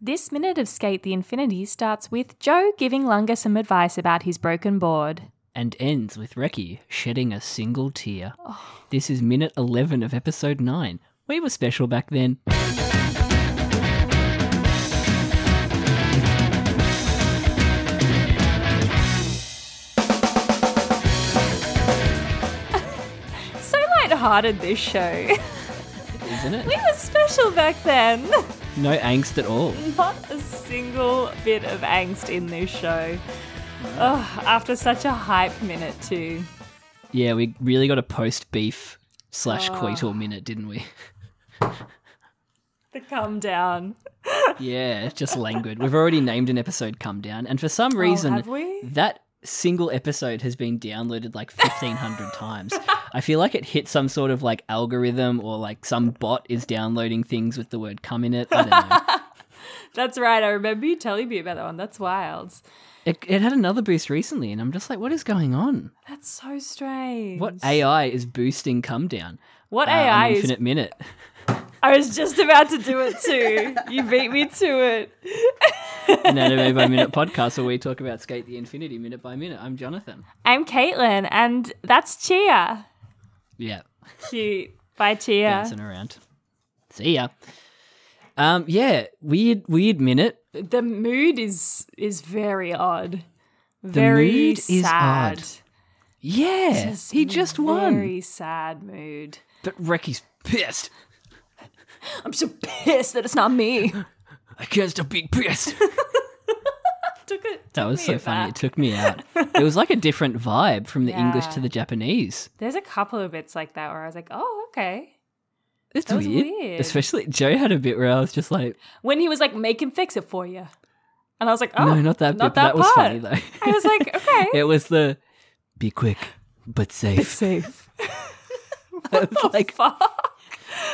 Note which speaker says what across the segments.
Speaker 1: This minute of Skate the Infinity starts with Joe giving Lunga some advice about his broken board.
Speaker 2: and ends with Reki shedding a single tear.
Speaker 1: Oh.
Speaker 2: This is minute 11 of episode 9. We were special back then.
Speaker 1: So light-hearted this show.
Speaker 2: Isn't
Speaker 1: we
Speaker 2: it?
Speaker 1: were special back then.
Speaker 2: No angst at all.
Speaker 1: Not a single bit of angst in this show. Ugh, after such a hype minute too.
Speaker 2: Yeah, we really got a post beef slash
Speaker 1: Oh.
Speaker 2: coital minute, didn't we?
Speaker 1: The come down.
Speaker 2: Yeah, just languid. We've already named an episode Come Down, and for some reason,
Speaker 1: Oh, have we?
Speaker 2: that single episode has been downloaded like 1500 times. I feel like it hit some sort of like algorithm or like some bot is downloading things with the word come in it. I don't know.
Speaker 1: That's right. I remember you telling me about that one. That's wild.
Speaker 2: It, it had another boost recently, and I'm just like, what is going on?
Speaker 1: That's so strange.
Speaker 2: What AI is boosting come down?
Speaker 1: What
Speaker 2: uh, on
Speaker 1: AI is?
Speaker 2: Infinite minute.
Speaker 1: I was just about to do it too. you beat me to it.
Speaker 2: An anime by minute podcast where we talk about skate the infinity minute by minute. I'm Jonathan.
Speaker 1: I'm Caitlin, and that's Chia.
Speaker 2: Yeah,
Speaker 1: Cute. Bye, Chia.
Speaker 2: dancing around. See ya. Um, yeah, weird, weird minute.
Speaker 1: The mood is is very odd.
Speaker 2: The
Speaker 1: very
Speaker 2: mood is
Speaker 1: sad.
Speaker 2: odd. Yeah, he just won.
Speaker 1: Very sad mood.
Speaker 2: But Reki's pissed.
Speaker 1: I'm so pissed that it's not me.
Speaker 2: I can't stop being pissed.
Speaker 1: took it.
Speaker 2: that
Speaker 1: took
Speaker 2: was
Speaker 1: me
Speaker 2: so funny. It
Speaker 1: aback.
Speaker 2: took me out. It was like a different vibe from the English
Speaker 1: Yeah.
Speaker 2: to the Japanese.
Speaker 1: There's a couple of bits like that where I was like, oh, okay.
Speaker 2: It's
Speaker 1: That was
Speaker 2: weird.
Speaker 1: weird.
Speaker 2: Especially Joe had a bit where I was just like,
Speaker 1: When he was like, make him fix it for you. And I was like, oh,
Speaker 2: no, not that
Speaker 1: not
Speaker 2: bit. but that was
Speaker 1: part.
Speaker 2: funny though.
Speaker 1: I was like, okay.
Speaker 2: it was the be quick but safe.
Speaker 1: safe.
Speaker 2: It was like
Speaker 1: Fuck.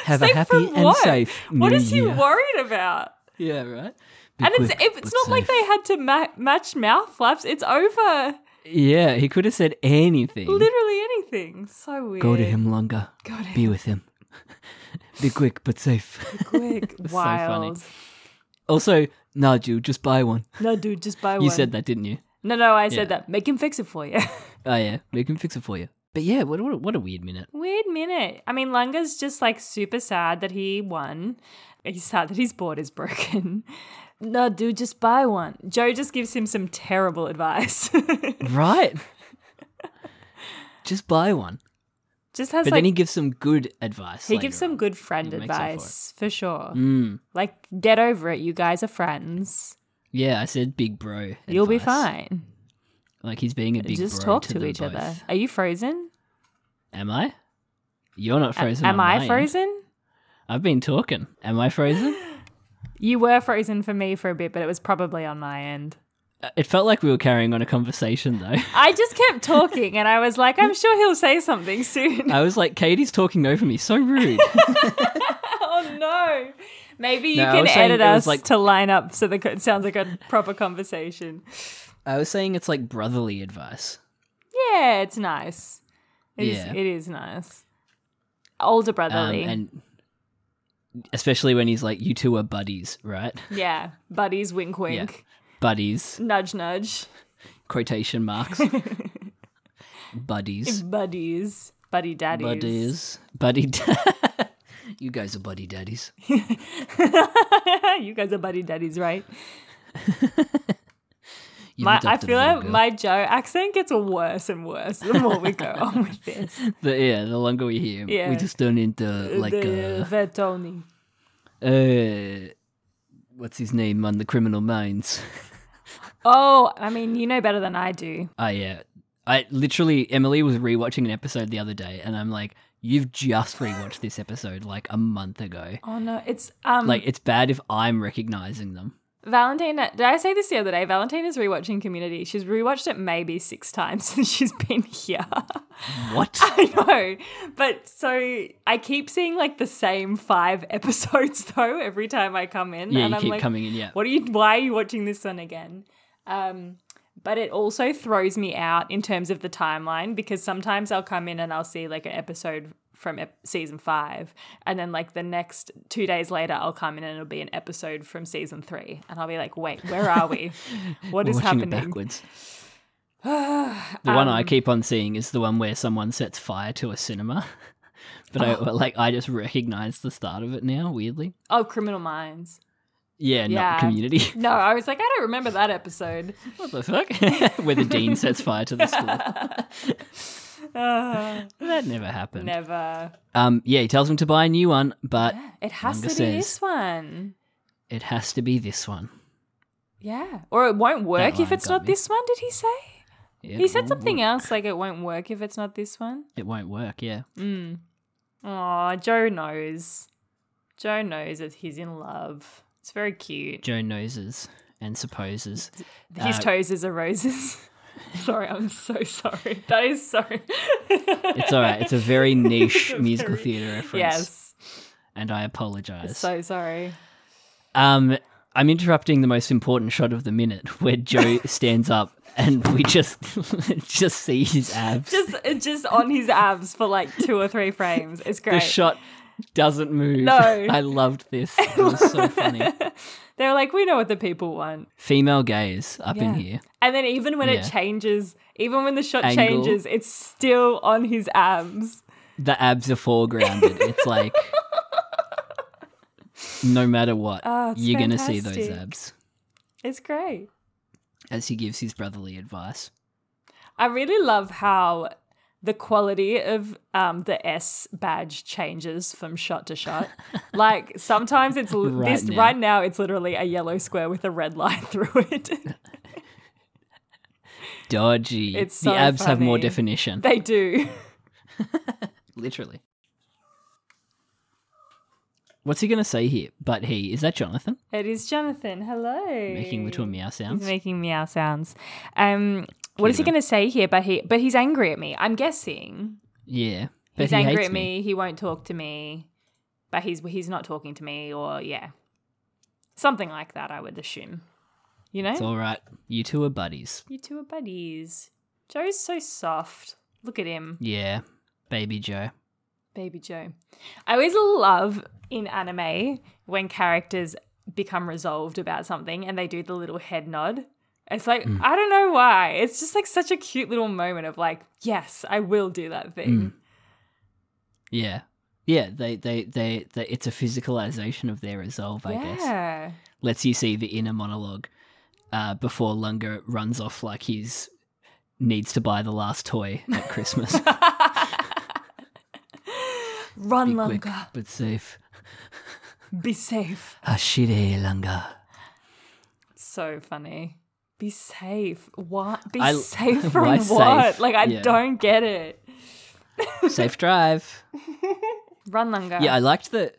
Speaker 2: have
Speaker 1: Safe
Speaker 2: a happy
Speaker 1: from
Speaker 2: and
Speaker 1: what?
Speaker 2: safe new
Speaker 1: What is he
Speaker 2: year.
Speaker 1: worried about?
Speaker 2: yeah, right. Be
Speaker 1: And it's
Speaker 2: quick,
Speaker 1: if it's
Speaker 2: but
Speaker 1: not like
Speaker 2: safe.
Speaker 1: they had to ma- match mouth flaps. It's over.
Speaker 2: Yeah, he could have said anything.
Speaker 1: Literally anything. So weird.
Speaker 2: Go to him longer.
Speaker 1: Go to
Speaker 2: Be with him. be quick but safe.
Speaker 1: Quick.
Speaker 2: was so funny.
Speaker 1: Wild.
Speaker 2: also, nah, dude, just buy one.
Speaker 1: No, dude, just buy one.
Speaker 2: You said that, didn't you?
Speaker 1: No, no, I said
Speaker 2: Yeah.
Speaker 1: that. Make him fix it for you.
Speaker 2: Oh yeah, we can fix it for you. But yeah, what what a, what a weird minute.
Speaker 1: Weird minute. I mean, Lunga's just like super sad that he won. He's sad that his board is broken. No, dude, just buy one. Joe just gives him some terrible advice.
Speaker 2: Right? just buy one.
Speaker 1: just has
Speaker 2: But
Speaker 1: like
Speaker 2: then he gives some good advice.
Speaker 1: He
Speaker 2: later
Speaker 1: gives some
Speaker 2: on.
Speaker 1: good friend
Speaker 2: He makes up for it.
Speaker 1: advice for, sure.
Speaker 2: Mm.
Speaker 1: Like, get over it. You guys are friends.
Speaker 2: Yeah, I said big bro.
Speaker 1: You'll be
Speaker 2: advice.
Speaker 1: fine.
Speaker 2: Like he's being a big
Speaker 1: Just
Speaker 2: bro
Speaker 1: talk to,
Speaker 2: them
Speaker 1: each other.
Speaker 2: both.
Speaker 1: Are you frozen?
Speaker 2: Am I? You're not
Speaker 1: A-
Speaker 2: frozen.
Speaker 1: Am
Speaker 2: on
Speaker 1: I
Speaker 2: my end.
Speaker 1: frozen?
Speaker 2: I've been talking. Am I frozen?
Speaker 1: You were frozen for me for a bit, but it was probably on my end.
Speaker 2: Uh, it felt like we were carrying on a conversation though.
Speaker 1: I just kept talking, and I was like, "I'm sure he'll say something soon."
Speaker 2: I was like, Katie's talking over me. So rude.
Speaker 1: oh no! Maybe you
Speaker 2: No, I
Speaker 1: can
Speaker 2: was saying
Speaker 1: edit
Speaker 2: it was
Speaker 1: us
Speaker 2: like-
Speaker 1: to line up so that it sounds like a proper conversation.
Speaker 2: I was saying it's like brotherly advice.
Speaker 1: Yeah, it's nice. It is
Speaker 2: Yeah.
Speaker 1: It is nice. Older
Speaker 2: Um,
Speaker 1: brotherly.
Speaker 2: and especially when he's like, you two are buddies, right?
Speaker 1: Yeah, buddies, wink, wink,
Speaker 2: Buddies,
Speaker 1: nudge, nudge,
Speaker 2: quotation marks. buddies.
Speaker 1: buddies, buddy daddies.
Speaker 2: Buddies. Buddy. Da- you guys are buddy daddies.
Speaker 1: you guys are buddy daddies, right?
Speaker 2: You've
Speaker 1: My, I
Speaker 2: adopted a
Speaker 1: feel
Speaker 2: little
Speaker 1: like
Speaker 2: girl.
Speaker 1: my Joe accent gets worse and worse the more we go on with this.
Speaker 2: The, yeah, the longer we hear him,
Speaker 1: Yeah.
Speaker 2: we just turn into like
Speaker 1: the
Speaker 2: uh,
Speaker 1: Vertoni.
Speaker 2: uh, what's his name on the Criminal Minds?
Speaker 1: Oh, I mean, you know better than I do.
Speaker 2: uh, Oh yeah, I literally Emily was rewatching an episode the other day, and I'm like, You've just rewatched this episode like a month ago.
Speaker 1: Oh no, it's um
Speaker 2: Like it's bad if I'm recognizing them.
Speaker 1: Valentina. Did I say this the other day? Valentina's rewatching Community. She's rewatched it maybe six times since she's been here.
Speaker 2: What?
Speaker 1: I know, but so I keep seeing like the same five episodes though every time I come in,
Speaker 2: Yeah,
Speaker 1: and
Speaker 2: you
Speaker 1: I'm
Speaker 2: keep
Speaker 1: like,
Speaker 2: coming in. Yeah.
Speaker 1: what are you? Why are you watching this one again? Um, but it also throws me out in terms of the timeline because sometimes I'll come in and I'll see like an episode from ep- season five, and then like the next two days later, I'll come in and it'll be an episode from season three, and I'll be like, wait, where are we? What
Speaker 2: We're
Speaker 1: is
Speaker 2: watching
Speaker 1: happening?
Speaker 2: it
Speaker 1: Um,
Speaker 2: backwards. the one I keep on seeing is the one where someone sets fire to a cinema. but I like I just recognize the start of it now, weirdly.
Speaker 1: Oh, Criminal Minds.
Speaker 2: Yeah,
Speaker 1: Yeah.
Speaker 2: not community.
Speaker 1: No, I was like, I don't remember that episode.
Speaker 2: what the fuck? where the dean sets fire to the school.
Speaker 1: Uh,
Speaker 2: that never happened.
Speaker 1: never.
Speaker 2: Um yeah, he tells him to buy a new one, but
Speaker 1: It has to
Speaker 2: Manga
Speaker 1: be
Speaker 2: says-
Speaker 1: this one.
Speaker 2: it has to be this one.
Speaker 1: Yeah. Or it won't work if
Speaker 2: line
Speaker 1: it's
Speaker 2: got
Speaker 1: not
Speaker 2: me.
Speaker 1: this one, did he say?
Speaker 2: It
Speaker 1: He said
Speaker 2: won't
Speaker 1: something
Speaker 2: work.
Speaker 1: else like it won't work if it's not this one.
Speaker 2: It won't work, yeah.
Speaker 1: Aw, Joe knows. Joe knows that he's in love. It's very cute.
Speaker 2: Joe noses and supposes.
Speaker 1: His
Speaker 2: Uh,
Speaker 1: toes is a roses. sorry, I'm so sorry. That is so.
Speaker 2: It's all right. It's a very niche musical
Speaker 1: very-
Speaker 2: theatre reference,
Speaker 1: yes.
Speaker 2: and I apologise.
Speaker 1: So sorry.
Speaker 2: um, I'm interrupting the most important shot of the minute, where Joe stands up, and we just just see his abs.
Speaker 1: Just, it's just on his abs for like two or three frames. It's
Speaker 2: the
Speaker 1: great.
Speaker 2: shot doesn't move.
Speaker 1: No.
Speaker 2: I loved this. It was so funny.
Speaker 1: they were like, we know what the people want.
Speaker 2: Female gaze up in
Speaker 1: Yeah.
Speaker 2: here.
Speaker 1: And then even when
Speaker 2: Yeah.
Speaker 1: it changes, even when the shot
Speaker 2: Angle.
Speaker 1: changes, it's still on his abs.
Speaker 2: The abs are foregrounded. It's like no matter what,
Speaker 1: Oh, it's
Speaker 2: you're gonna see those
Speaker 1: fantastic.
Speaker 2: abs.
Speaker 1: It's great.
Speaker 2: As he gives his brotherly advice.
Speaker 1: I really love how the quality of um, the S badge changes from shot to shot. like sometimes it's l-
Speaker 2: Right
Speaker 1: this
Speaker 2: now.
Speaker 1: right now it's literally a yellow square with a red line through it.
Speaker 2: Dodgy.
Speaker 1: It's
Speaker 2: the
Speaker 1: so
Speaker 2: abs have more
Speaker 1: funny.
Speaker 2: definition.
Speaker 1: they do.
Speaker 2: Literally. What's he going to say here? But he is that Jonathan
Speaker 1: It is Jonathan. Hello.
Speaker 2: making little meow sounds?
Speaker 1: He's making meow sounds. Um, what is he going to say here? But he, but he's angry at me. I'm guessing.
Speaker 2: yeah, but
Speaker 1: he's
Speaker 2: he
Speaker 1: angry
Speaker 2: hates
Speaker 1: at me. He won't talk to me, but he's he's not talking to me, or yeah, something like that. I would assume. You know,
Speaker 2: It's all right. You two are buddies.
Speaker 1: you two are buddies. Joe's so soft. Look at him,
Speaker 2: Yeah, baby Joe.
Speaker 1: baby Joe. I always love in anime when characters become resolved about something and they do the little head nod. It's like
Speaker 2: Hmm.
Speaker 1: I don't know why. It's just like such a cute little moment of like, yes, I will do that thing.
Speaker 2: Yeah, yeah. They, they, they. they it's a physicalization of their resolve, Hmm, I guess.
Speaker 1: yeah.
Speaker 2: Lets you see the inner monologue uh, before Lunga runs off like he's needs to buy the last toy at Christmas.
Speaker 1: Run,
Speaker 2: Be quick,
Speaker 1: Lunga.
Speaker 2: but safe.
Speaker 1: Be safe.
Speaker 2: Hashire Lunga.
Speaker 1: So funny. Be safe. What? Be
Speaker 2: I-
Speaker 1: safe from
Speaker 2: why
Speaker 1: what?
Speaker 2: safe?
Speaker 1: Like I
Speaker 2: Yeah.
Speaker 1: don't get it.
Speaker 2: Safe drive.
Speaker 1: Run, Lunga.
Speaker 2: Yeah, I liked the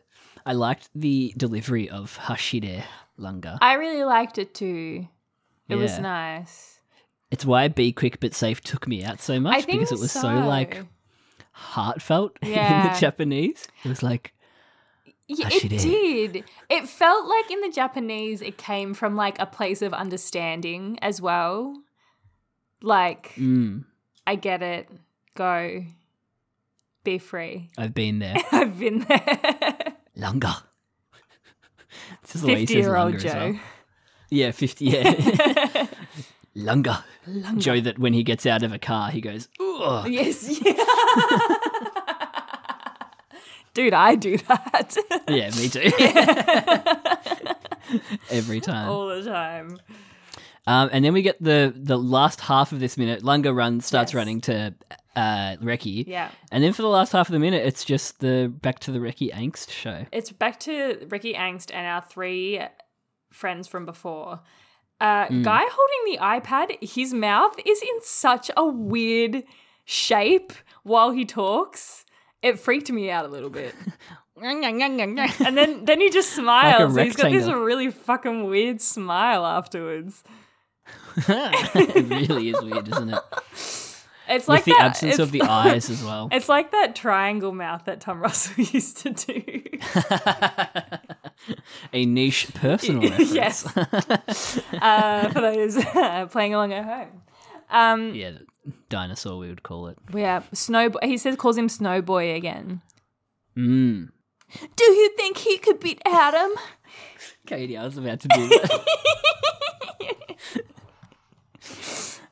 Speaker 2: I liked the delivery of Hashire Lunga.
Speaker 1: I really liked it too. It was
Speaker 2: Yeah.
Speaker 1: nice.
Speaker 2: It's why Be Quick But Safe took me out so much
Speaker 1: I think
Speaker 2: because it was so, like heartfelt in
Speaker 1: Yeah.
Speaker 2: the Japanese. It was like
Speaker 1: Yeah,
Speaker 2: Ah, she
Speaker 1: it did. It felt like in the Japanese, it came from like a place of understanding as well. Like
Speaker 2: mm,
Speaker 1: I get it. Go. Be free.
Speaker 2: I've been there.
Speaker 1: I've been there.
Speaker 2: Lunga. This is the way he says
Speaker 1: 50 year old
Speaker 2: Lunga as
Speaker 1: Joe.
Speaker 2: well. Yeah, fifty yeah. Lunga. Joe that when he gets out of a car he goes, Ugh.
Speaker 1: Yes. Yeah. Dude, I do that
Speaker 2: Yeah, me too. Every time.
Speaker 1: all the time.
Speaker 2: Um, and then we get the the last half of this minute. Lunga runs starts
Speaker 1: Yes.
Speaker 2: running to uh, Reki.
Speaker 1: Yeah.
Speaker 2: And then for the last half of the minute, it's just the back to the Reki angst show.
Speaker 1: It's back to Ricky Angst and our three friends from before. Uh, Guy holding the iPad, his mouth is in such a weird shape while he talks. it freaked me out a little bit. and then then he just smiles. He's got this
Speaker 2: rectangle.
Speaker 1: really fucking weird smile afterwards.
Speaker 2: it really is weird, isn't it?
Speaker 1: It's like
Speaker 2: With the
Speaker 1: that-
Speaker 2: absence
Speaker 1: it's-
Speaker 2: of the eyes as well.
Speaker 1: It's like that triangle mouth that Tom Russell used to do.
Speaker 2: A niche personal reference.
Speaker 1: yes. uh, for those playing along at home.
Speaker 2: Yeah, dinosaur we would call it.
Speaker 1: Yeah, snowboy. He says calls him Snowboy again. Mm. Do you think he could beat Adam?
Speaker 2: Katie, I was about to do that.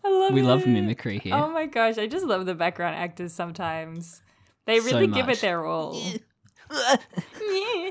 Speaker 1: I love
Speaker 2: we
Speaker 1: it.
Speaker 2: love mimicry here.
Speaker 1: Oh my gosh, I just love the background actors sometimes. They
Speaker 2: So
Speaker 1: really give it
Speaker 2: much.
Speaker 1: their all. Yeah.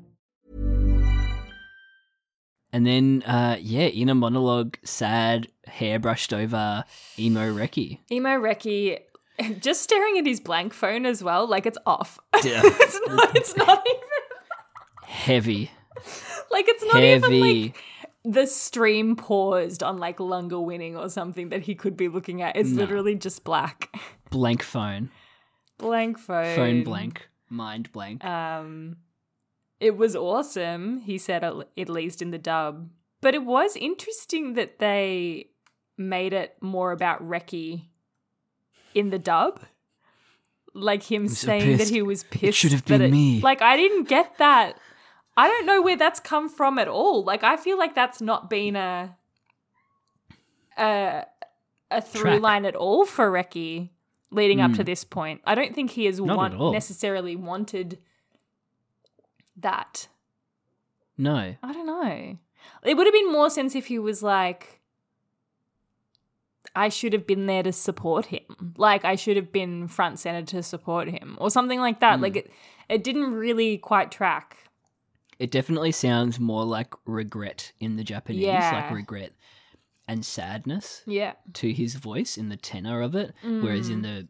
Speaker 2: And then, uh, yeah, inner monologue, sad, hairbrushed over emo recce.
Speaker 1: Emo Reki just staring at his blank phone as well, like it's off.
Speaker 2: Yeah.
Speaker 1: it's not it's not even
Speaker 2: Heavy,
Speaker 1: like it's not even like
Speaker 2: heavy.
Speaker 1: the stream paused on like Lunga winning or something that he could be looking at. It's literally just black.
Speaker 2: blank phone,
Speaker 1: Blank phone.
Speaker 2: phone blank, mind blank.
Speaker 1: Um, it was awesome, he said, at at least in the dub. But it was interesting that they made it more about Reki in the dub. Like him
Speaker 2: so
Speaker 1: saying that
Speaker 2: pissed.
Speaker 1: he was
Speaker 2: It
Speaker 1: pissed.
Speaker 2: should have
Speaker 1: that
Speaker 2: been me.
Speaker 1: Like, I didn't get that. I don't know where that's come from at all. Like, I feel like that's not been a. a a through
Speaker 2: Track. Hmm.
Speaker 1: line at all for Reki leading up to this point. I don't think he has
Speaker 2: Not
Speaker 1: want-
Speaker 2: at all.
Speaker 1: necessarily wanted that.
Speaker 2: no,
Speaker 1: I don't know. It would have been more sense if he was like, I should have been there to support him. Like, I should have been front center to support him or something like that.
Speaker 2: Hmm.
Speaker 1: Like, it, it didn't really quite track.
Speaker 2: it definitely sounds more like regret in the Japanese,
Speaker 1: Yeah.
Speaker 2: like regret and sadness
Speaker 1: Yeah.
Speaker 2: to his voice in the tenor of it, whereas in the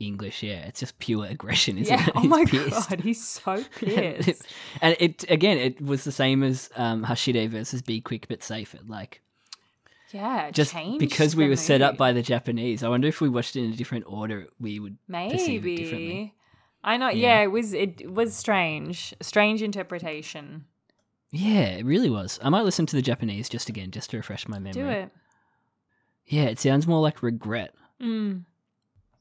Speaker 2: English, yeah, it's just pure aggression, isn't
Speaker 1: Mm. Yeah.
Speaker 2: it?
Speaker 1: Oh
Speaker 2: He's
Speaker 1: my
Speaker 2: pissed.
Speaker 1: God. He's so
Speaker 2: and
Speaker 1: pissed.
Speaker 2: it- and it again, it was the same as um, Hashide versus Be Quick But Safe. It like
Speaker 1: yeah.
Speaker 2: just
Speaker 1: changed
Speaker 2: because we
Speaker 1: the
Speaker 2: were set up
Speaker 1: movie.
Speaker 2: by the Japanese. I wonder if we watched it in a different order, we would perceive it differently.
Speaker 1: Maybe. I know. Yeah. it was it was strange, strange interpretation.
Speaker 2: Yeah, it really was. I might listen to the Japanese just again, just to refresh my memory.
Speaker 1: Do it.
Speaker 2: Yeah, it sounds more like regret.
Speaker 1: Mm.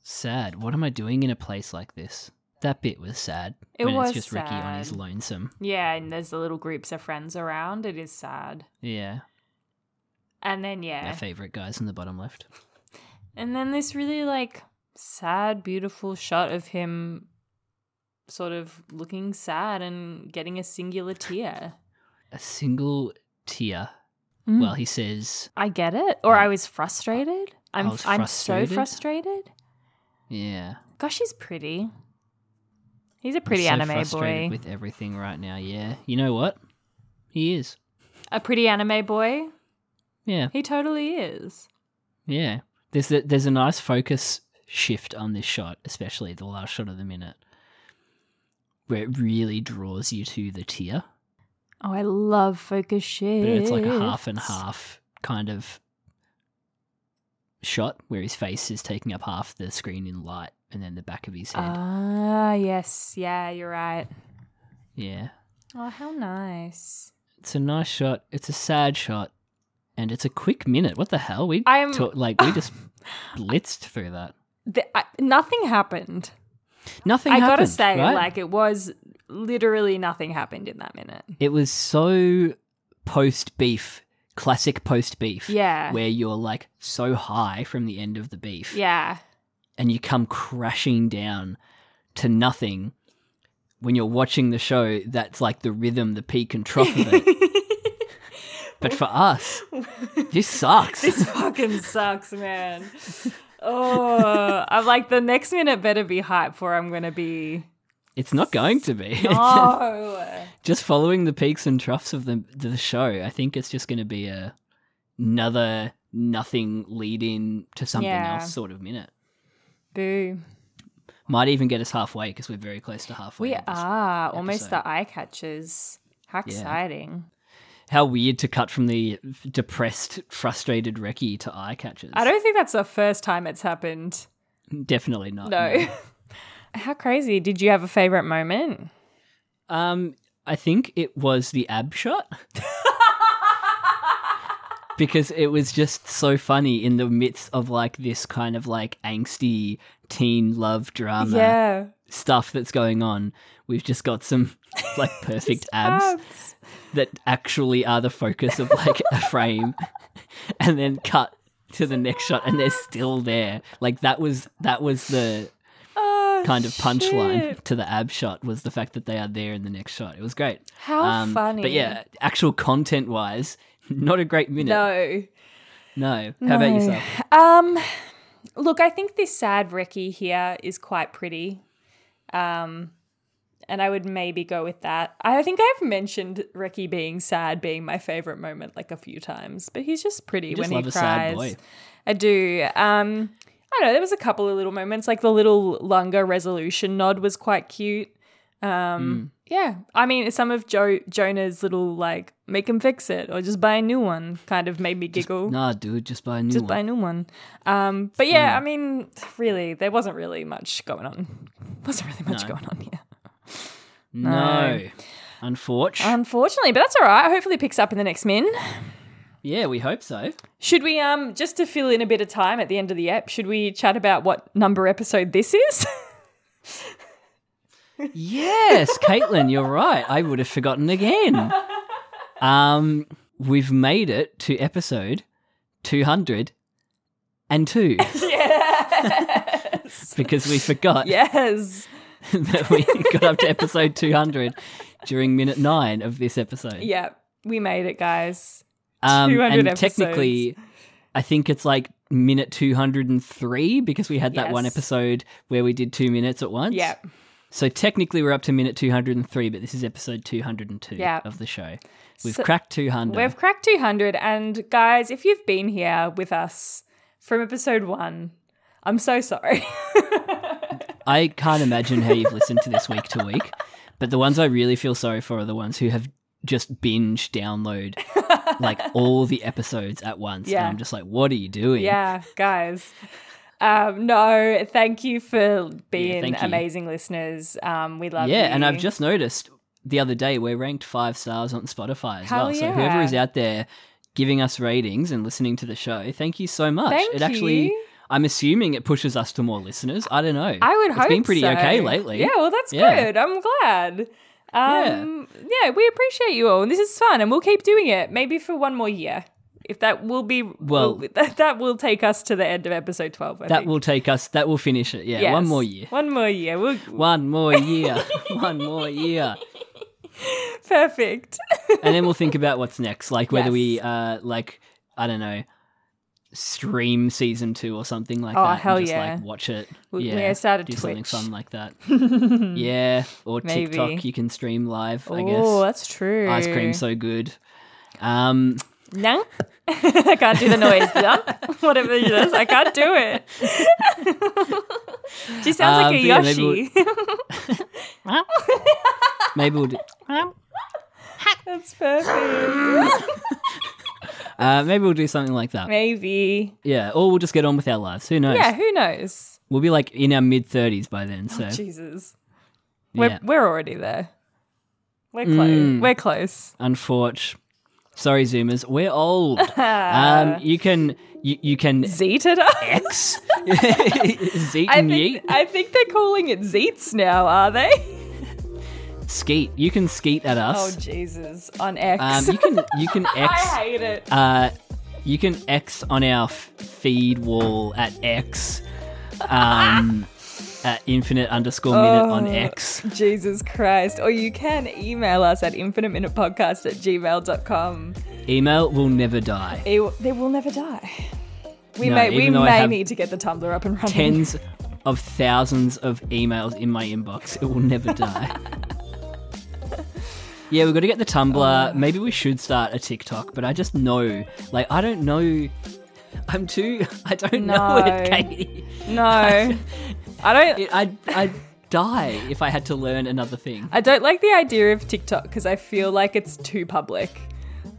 Speaker 2: Sad. What am I doing in a place like this? That bit was sad.
Speaker 1: It
Speaker 2: when
Speaker 1: was
Speaker 2: it's just Ricky on his
Speaker 1: sad.
Speaker 2: lonesome.
Speaker 1: Yeah, and there's the little groups of friends around. It is sad.
Speaker 2: Yeah.
Speaker 1: And then
Speaker 2: My
Speaker 1: yeah,
Speaker 2: favorite guys in the bottom left.
Speaker 1: and then this really like sad, beautiful shot of him, sort of looking sad and getting a singular tear.
Speaker 2: A single tear.
Speaker 1: Mm.
Speaker 2: Well, he says,
Speaker 1: I get it, or I was frustrated. I'm
Speaker 2: was
Speaker 1: I'm so
Speaker 2: frustrated.
Speaker 1: frustrated.
Speaker 2: yeah.
Speaker 1: Gosh, he's pretty. He's a
Speaker 2: I'm
Speaker 1: pretty
Speaker 2: so
Speaker 1: anime
Speaker 2: frustrated
Speaker 1: boy.
Speaker 2: with everything right now. Yeah. You know what? He is.
Speaker 1: a pretty anime boy.
Speaker 2: Yeah.
Speaker 1: He totally is.
Speaker 2: Yeah. There's a, there's a nice focus shift on this shot, especially the last shot of the minute, where it really draws you to the tear.
Speaker 1: Oh, I love focus shit.
Speaker 2: But it's like a half and half kind of shot where his face is taking up half the screen in light and then the back of his head.
Speaker 1: Ah, yes. Yeah, you're right.
Speaker 2: yeah.
Speaker 1: Oh, how nice.
Speaker 2: It's a nice shot. It's a sad shot. And it's a quick minute. What the hell? We
Speaker 1: I am-
Speaker 2: talk, like we just blitzed through that.
Speaker 1: The, I, nothing happened.
Speaker 2: Nothing.
Speaker 1: I gotta
Speaker 2: happened,
Speaker 1: say,
Speaker 2: right?
Speaker 1: like it was literally nothing happened in that minute.
Speaker 2: it was so post beef, classic post beef.
Speaker 1: Yeah.
Speaker 2: where you're like so high from the end of the beef,
Speaker 1: Yeah,
Speaker 2: and you come crashing down to nothing. When you're watching the show, that's like the rhythm, the peak and trough of it. but for us, this sucks.
Speaker 1: this fucking sucks, man. Oh, I'm like the next minute better be hype, or I'm gonna be.
Speaker 2: it's not going to be.
Speaker 1: Oh,
Speaker 2: just following the peaks and troughs of the the show, I think it's just going to be a another nothing lead in to something
Speaker 1: Yeah.
Speaker 2: else sort of minute.
Speaker 1: boo.
Speaker 2: Might even get us halfway because we're very close to halfway.
Speaker 1: We
Speaker 2: of this.
Speaker 1: are almost
Speaker 2: episode.
Speaker 1: the eye catchers. How exciting!
Speaker 2: How weird to cut from the depressed, frustrated Reki to eye catchers.
Speaker 1: I don't think that's the first time it's happened.
Speaker 2: Definitely not.
Speaker 1: No. How crazy! Did you have a favorite moment?
Speaker 2: Um, I think it was the ab shot. because it was just so funny in the midst of like this kind of like angsty teen love drama
Speaker 1: yeah.
Speaker 2: stuff that's going on. We've just got some like perfect abs,
Speaker 1: Abs.
Speaker 2: that actually are the focus of like a frame and then cut to the next shot and they're still there. Like that was that was the
Speaker 1: Oh,
Speaker 2: kind of punchline
Speaker 1: shit.
Speaker 2: to the ab shot was the fact that they are there in the next shot. It was great.
Speaker 1: How funny.
Speaker 2: Um, But yeah, actual content wise, not a great minute. No.
Speaker 1: No.
Speaker 2: How about
Speaker 1: No.
Speaker 2: yourself?
Speaker 1: Um, look, I think this sad Ricky here is quite pretty. Um, and I would maybe go with that. I think I've mentioned Ricky being sad being my favorite moment like a few times, but he's just pretty
Speaker 2: You just
Speaker 1: when
Speaker 2: love
Speaker 1: he
Speaker 2: a
Speaker 1: cries.
Speaker 2: sad boy.
Speaker 1: I do. Um, I don't know. There was a couple of little moments, like the little longer resolution nod was quite cute. Um,
Speaker 2: Hmm.
Speaker 1: Yeah, I mean, some of Joe Jonah's little like make him fix it or just buy a new one kind of made me giggle
Speaker 2: Nah, dude, just buy a new
Speaker 1: just
Speaker 2: one. Hmm.
Speaker 1: buy a new one. Um, but yeah, I mean, really, there wasn't really much going on. Wasn't really much going on here,
Speaker 2: no. Unfortunately.
Speaker 1: Um, unfortunately. But that's all right. Hopefully, it picks up in the next min.
Speaker 2: yeah, we hope so.
Speaker 1: Should we, um, just to fill in a bit of time at the end of the app, should we chat about what number episode this is?
Speaker 2: Yes, Caitlin, you're right. I would have forgotten again. Um, we've made it to episode 202
Speaker 1: yes,
Speaker 2: because we forgot
Speaker 1: yes,
Speaker 2: that we got up to episode 200 during minute nine of this episode.
Speaker 1: yeah. We made it, guys.
Speaker 2: um,
Speaker 1: 200
Speaker 2: and
Speaker 1: episodes.
Speaker 2: technically, I think it's like minute 203 because we had that one
Speaker 1: Yes.
Speaker 2: episode where we did two minutes at once.
Speaker 1: Yeah,
Speaker 2: So technically, we're up to minute 203, but this is episode 202
Speaker 1: Yeah.
Speaker 2: of the show. We've
Speaker 1: So-
Speaker 2: cracked 200.
Speaker 1: we've cracked 200. And guys, if you've been here with us from episode one, I'm so sorry.
Speaker 2: I can't imagine how you've listened to this week to week, but the ones I really feel sorry for are the ones who have just binge download like all the episodes at once. And
Speaker 1: Yeah.
Speaker 2: I'm just like, what are you doing?
Speaker 1: Yeah, guys. Um, no, thank you for being
Speaker 2: thank you.
Speaker 1: amazing listeners. Um, we love you.
Speaker 2: Yeah, and I've just noticed the other day we're ranked five stars on Spotify as
Speaker 1: Hell
Speaker 2: well. So
Speaker 1: yeah.
Speaker 2: whoever is out there giving us ratings and listening to the show, thank you so much.
Speaker 1: Thank
Speaker 2: it actually
Speaker 1: you.
Speaker 2: I'm assuming it pushes us to more listeners. I don't know.
Speaker 1: I would hope
Speaker 2: It's been pretty
Speaker 1: so.
Speaker 2: okay lately.
Speaker 1: Yeah, well, that's
Speaker 2: Yeah.
Speaker 1: good. I'm glad. Um, yeah. we appreciate you all, and this is fun, and we'll keep doing it. Maybe for one more year, if that will be
Speaker 2: Well-
Speaker 1: that, that will take us to the end of episode twelve. I
Speaker 2: That
Speaker 1: think.
Speaker 2: will take us that will finish it. Yeah.
Speaker 1: Yes.
Speaker 2: One more year.
Speaker 1: One more year. We'll,
Speaker 2: One more year. One more year.
Speaker 1: perfect.
Speaker 2: And then we'll think about what's next. Like whether
Speaker 1: Yes.
Speaker 2: we uh like I don't know, stream season two or something like
Speaker 1: Oh,
Speaker 2: that. and
Speaker 1: hell
Speaker 2: just,
Speaker 1: yeah.
Speaker 2: like watch it.
Speaker 1: We- we
Speaker 2: yeah.
Speaker 1: gotta start a
Speaker 2: do something
Speaker 1: Twitch.
Speaker 2: fun like that. yeah. Or
Speaker 1: Maybe.
Speaker 2: TikTok you can stream live, I
Speaker 1: Oh,
Speaker 2: guess.
Speaker 1: that's true.
Speaker 2: Ice cream so good. Um
Speaker 1: Nyang. I can't do the noise. Nyang. Whatever it is, I can't do it. she sounds
Speaker 2: Um,
Speaker 1: like a
Speaker 2: but yeah,
Speaker 1: Yoshi.
Speaker 2: maybe maybe we'll do
Speaker 1: That's perfect.
Speaker 2: uh, maybe we'll do something like that.
Speaker 1: Maybe.
Speaker 2: Yeah. Or we'll just get on with our lives. Who knows?
Speaker 1: Yeah, who knows?
Speaker 2: We'll be like in our mid thirties by then. So
Speaker 1: Jesus. We're,
Speaker 2: yeah. Mm.
Speaker 1: we're already there. We're close. We're close.
Speaker 2: Unforge. Sorry, Zoomers, we're old. um, you can you, you can
Speaker 1: Zeeted up.
Speaker 2: X Zeet
Speaker 1: I
Speaker 2: and
Speaker 1: think,
Speaker 2: Yeet
Speaker 1: I think they're calling it Zeets now, are they?
Speaker 2: Skeet. You can skeet at
Speaker 1: Oh
Speaker 2: us.
Speaker 1: Jesus! On X.
Speaker 2: um, you can you can
Speaker 1: I
Speaker 2: X
Speaker 1: hate it.
Speaker 2: uh, you can X on our f- feed wall at X um, at infinite underscore minute
Speaker 1: Oh.
Speaker 2: on X.
Speaker 1: Jesus Christ. Or you can email us at infiniteminutepodcast at gmail.com.
Speaker 2: Email will never die.
Speaker 1: It, w- they will never die. We
Speaker 2: No,
Speaker 1: may, we
Speaker 2: even though I
Speaker 1: may
Speaker 2: have
Speaker 1: need to get the Tumblr up and running.
Speaker 2: Tens of thousands of emails in my inbox. It will never die. yeah, we've got to get the Tumblr. Maybe we should start a TikTok, but I just know, like, I don't know. I'm too. I don't know
Speaker 1: No.
Speaker 2: it, Katie.
Speaker 1: No. I don't.
Speaker 2: It, I'd, I'd die if I had to learn another thing.
Speaker 1: I don't like the idea of TikTok because I feel like it's too public.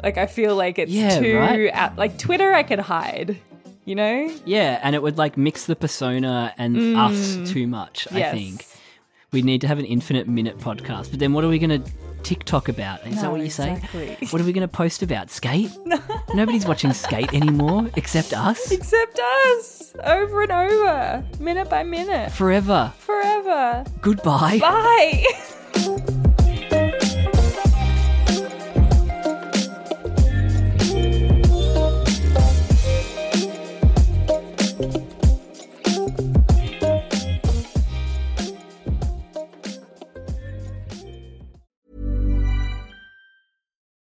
Speaker 1: Like I feel like it's
Speaker 2: Yeah,
Speaker 1: too
Speaker 2: right.
Speaker 1: out, like Twitter. I can hide, you know.
Speaker 2: Yeah, and it would like mix the persona and us too much.
Speaker 1: Mm. Yes.
Speaker 2: I think we need to have an infinite minute podcast. But then, what are we going to TikTok about? Is that
Speaker 1: No,
Speaker 2: what you say?
Speaker 1: exactly.
Speaker 2: What are we going to post about? Skate? Nobody's watching skate anymore except us.
Speaker 1: Except us, over and over, minute by minute,
Speaker 2: Forever.
Speaker 1: forever.
Speaker 2: Goodbye.
Speaker 1: Bye.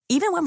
Speaker 3: Even when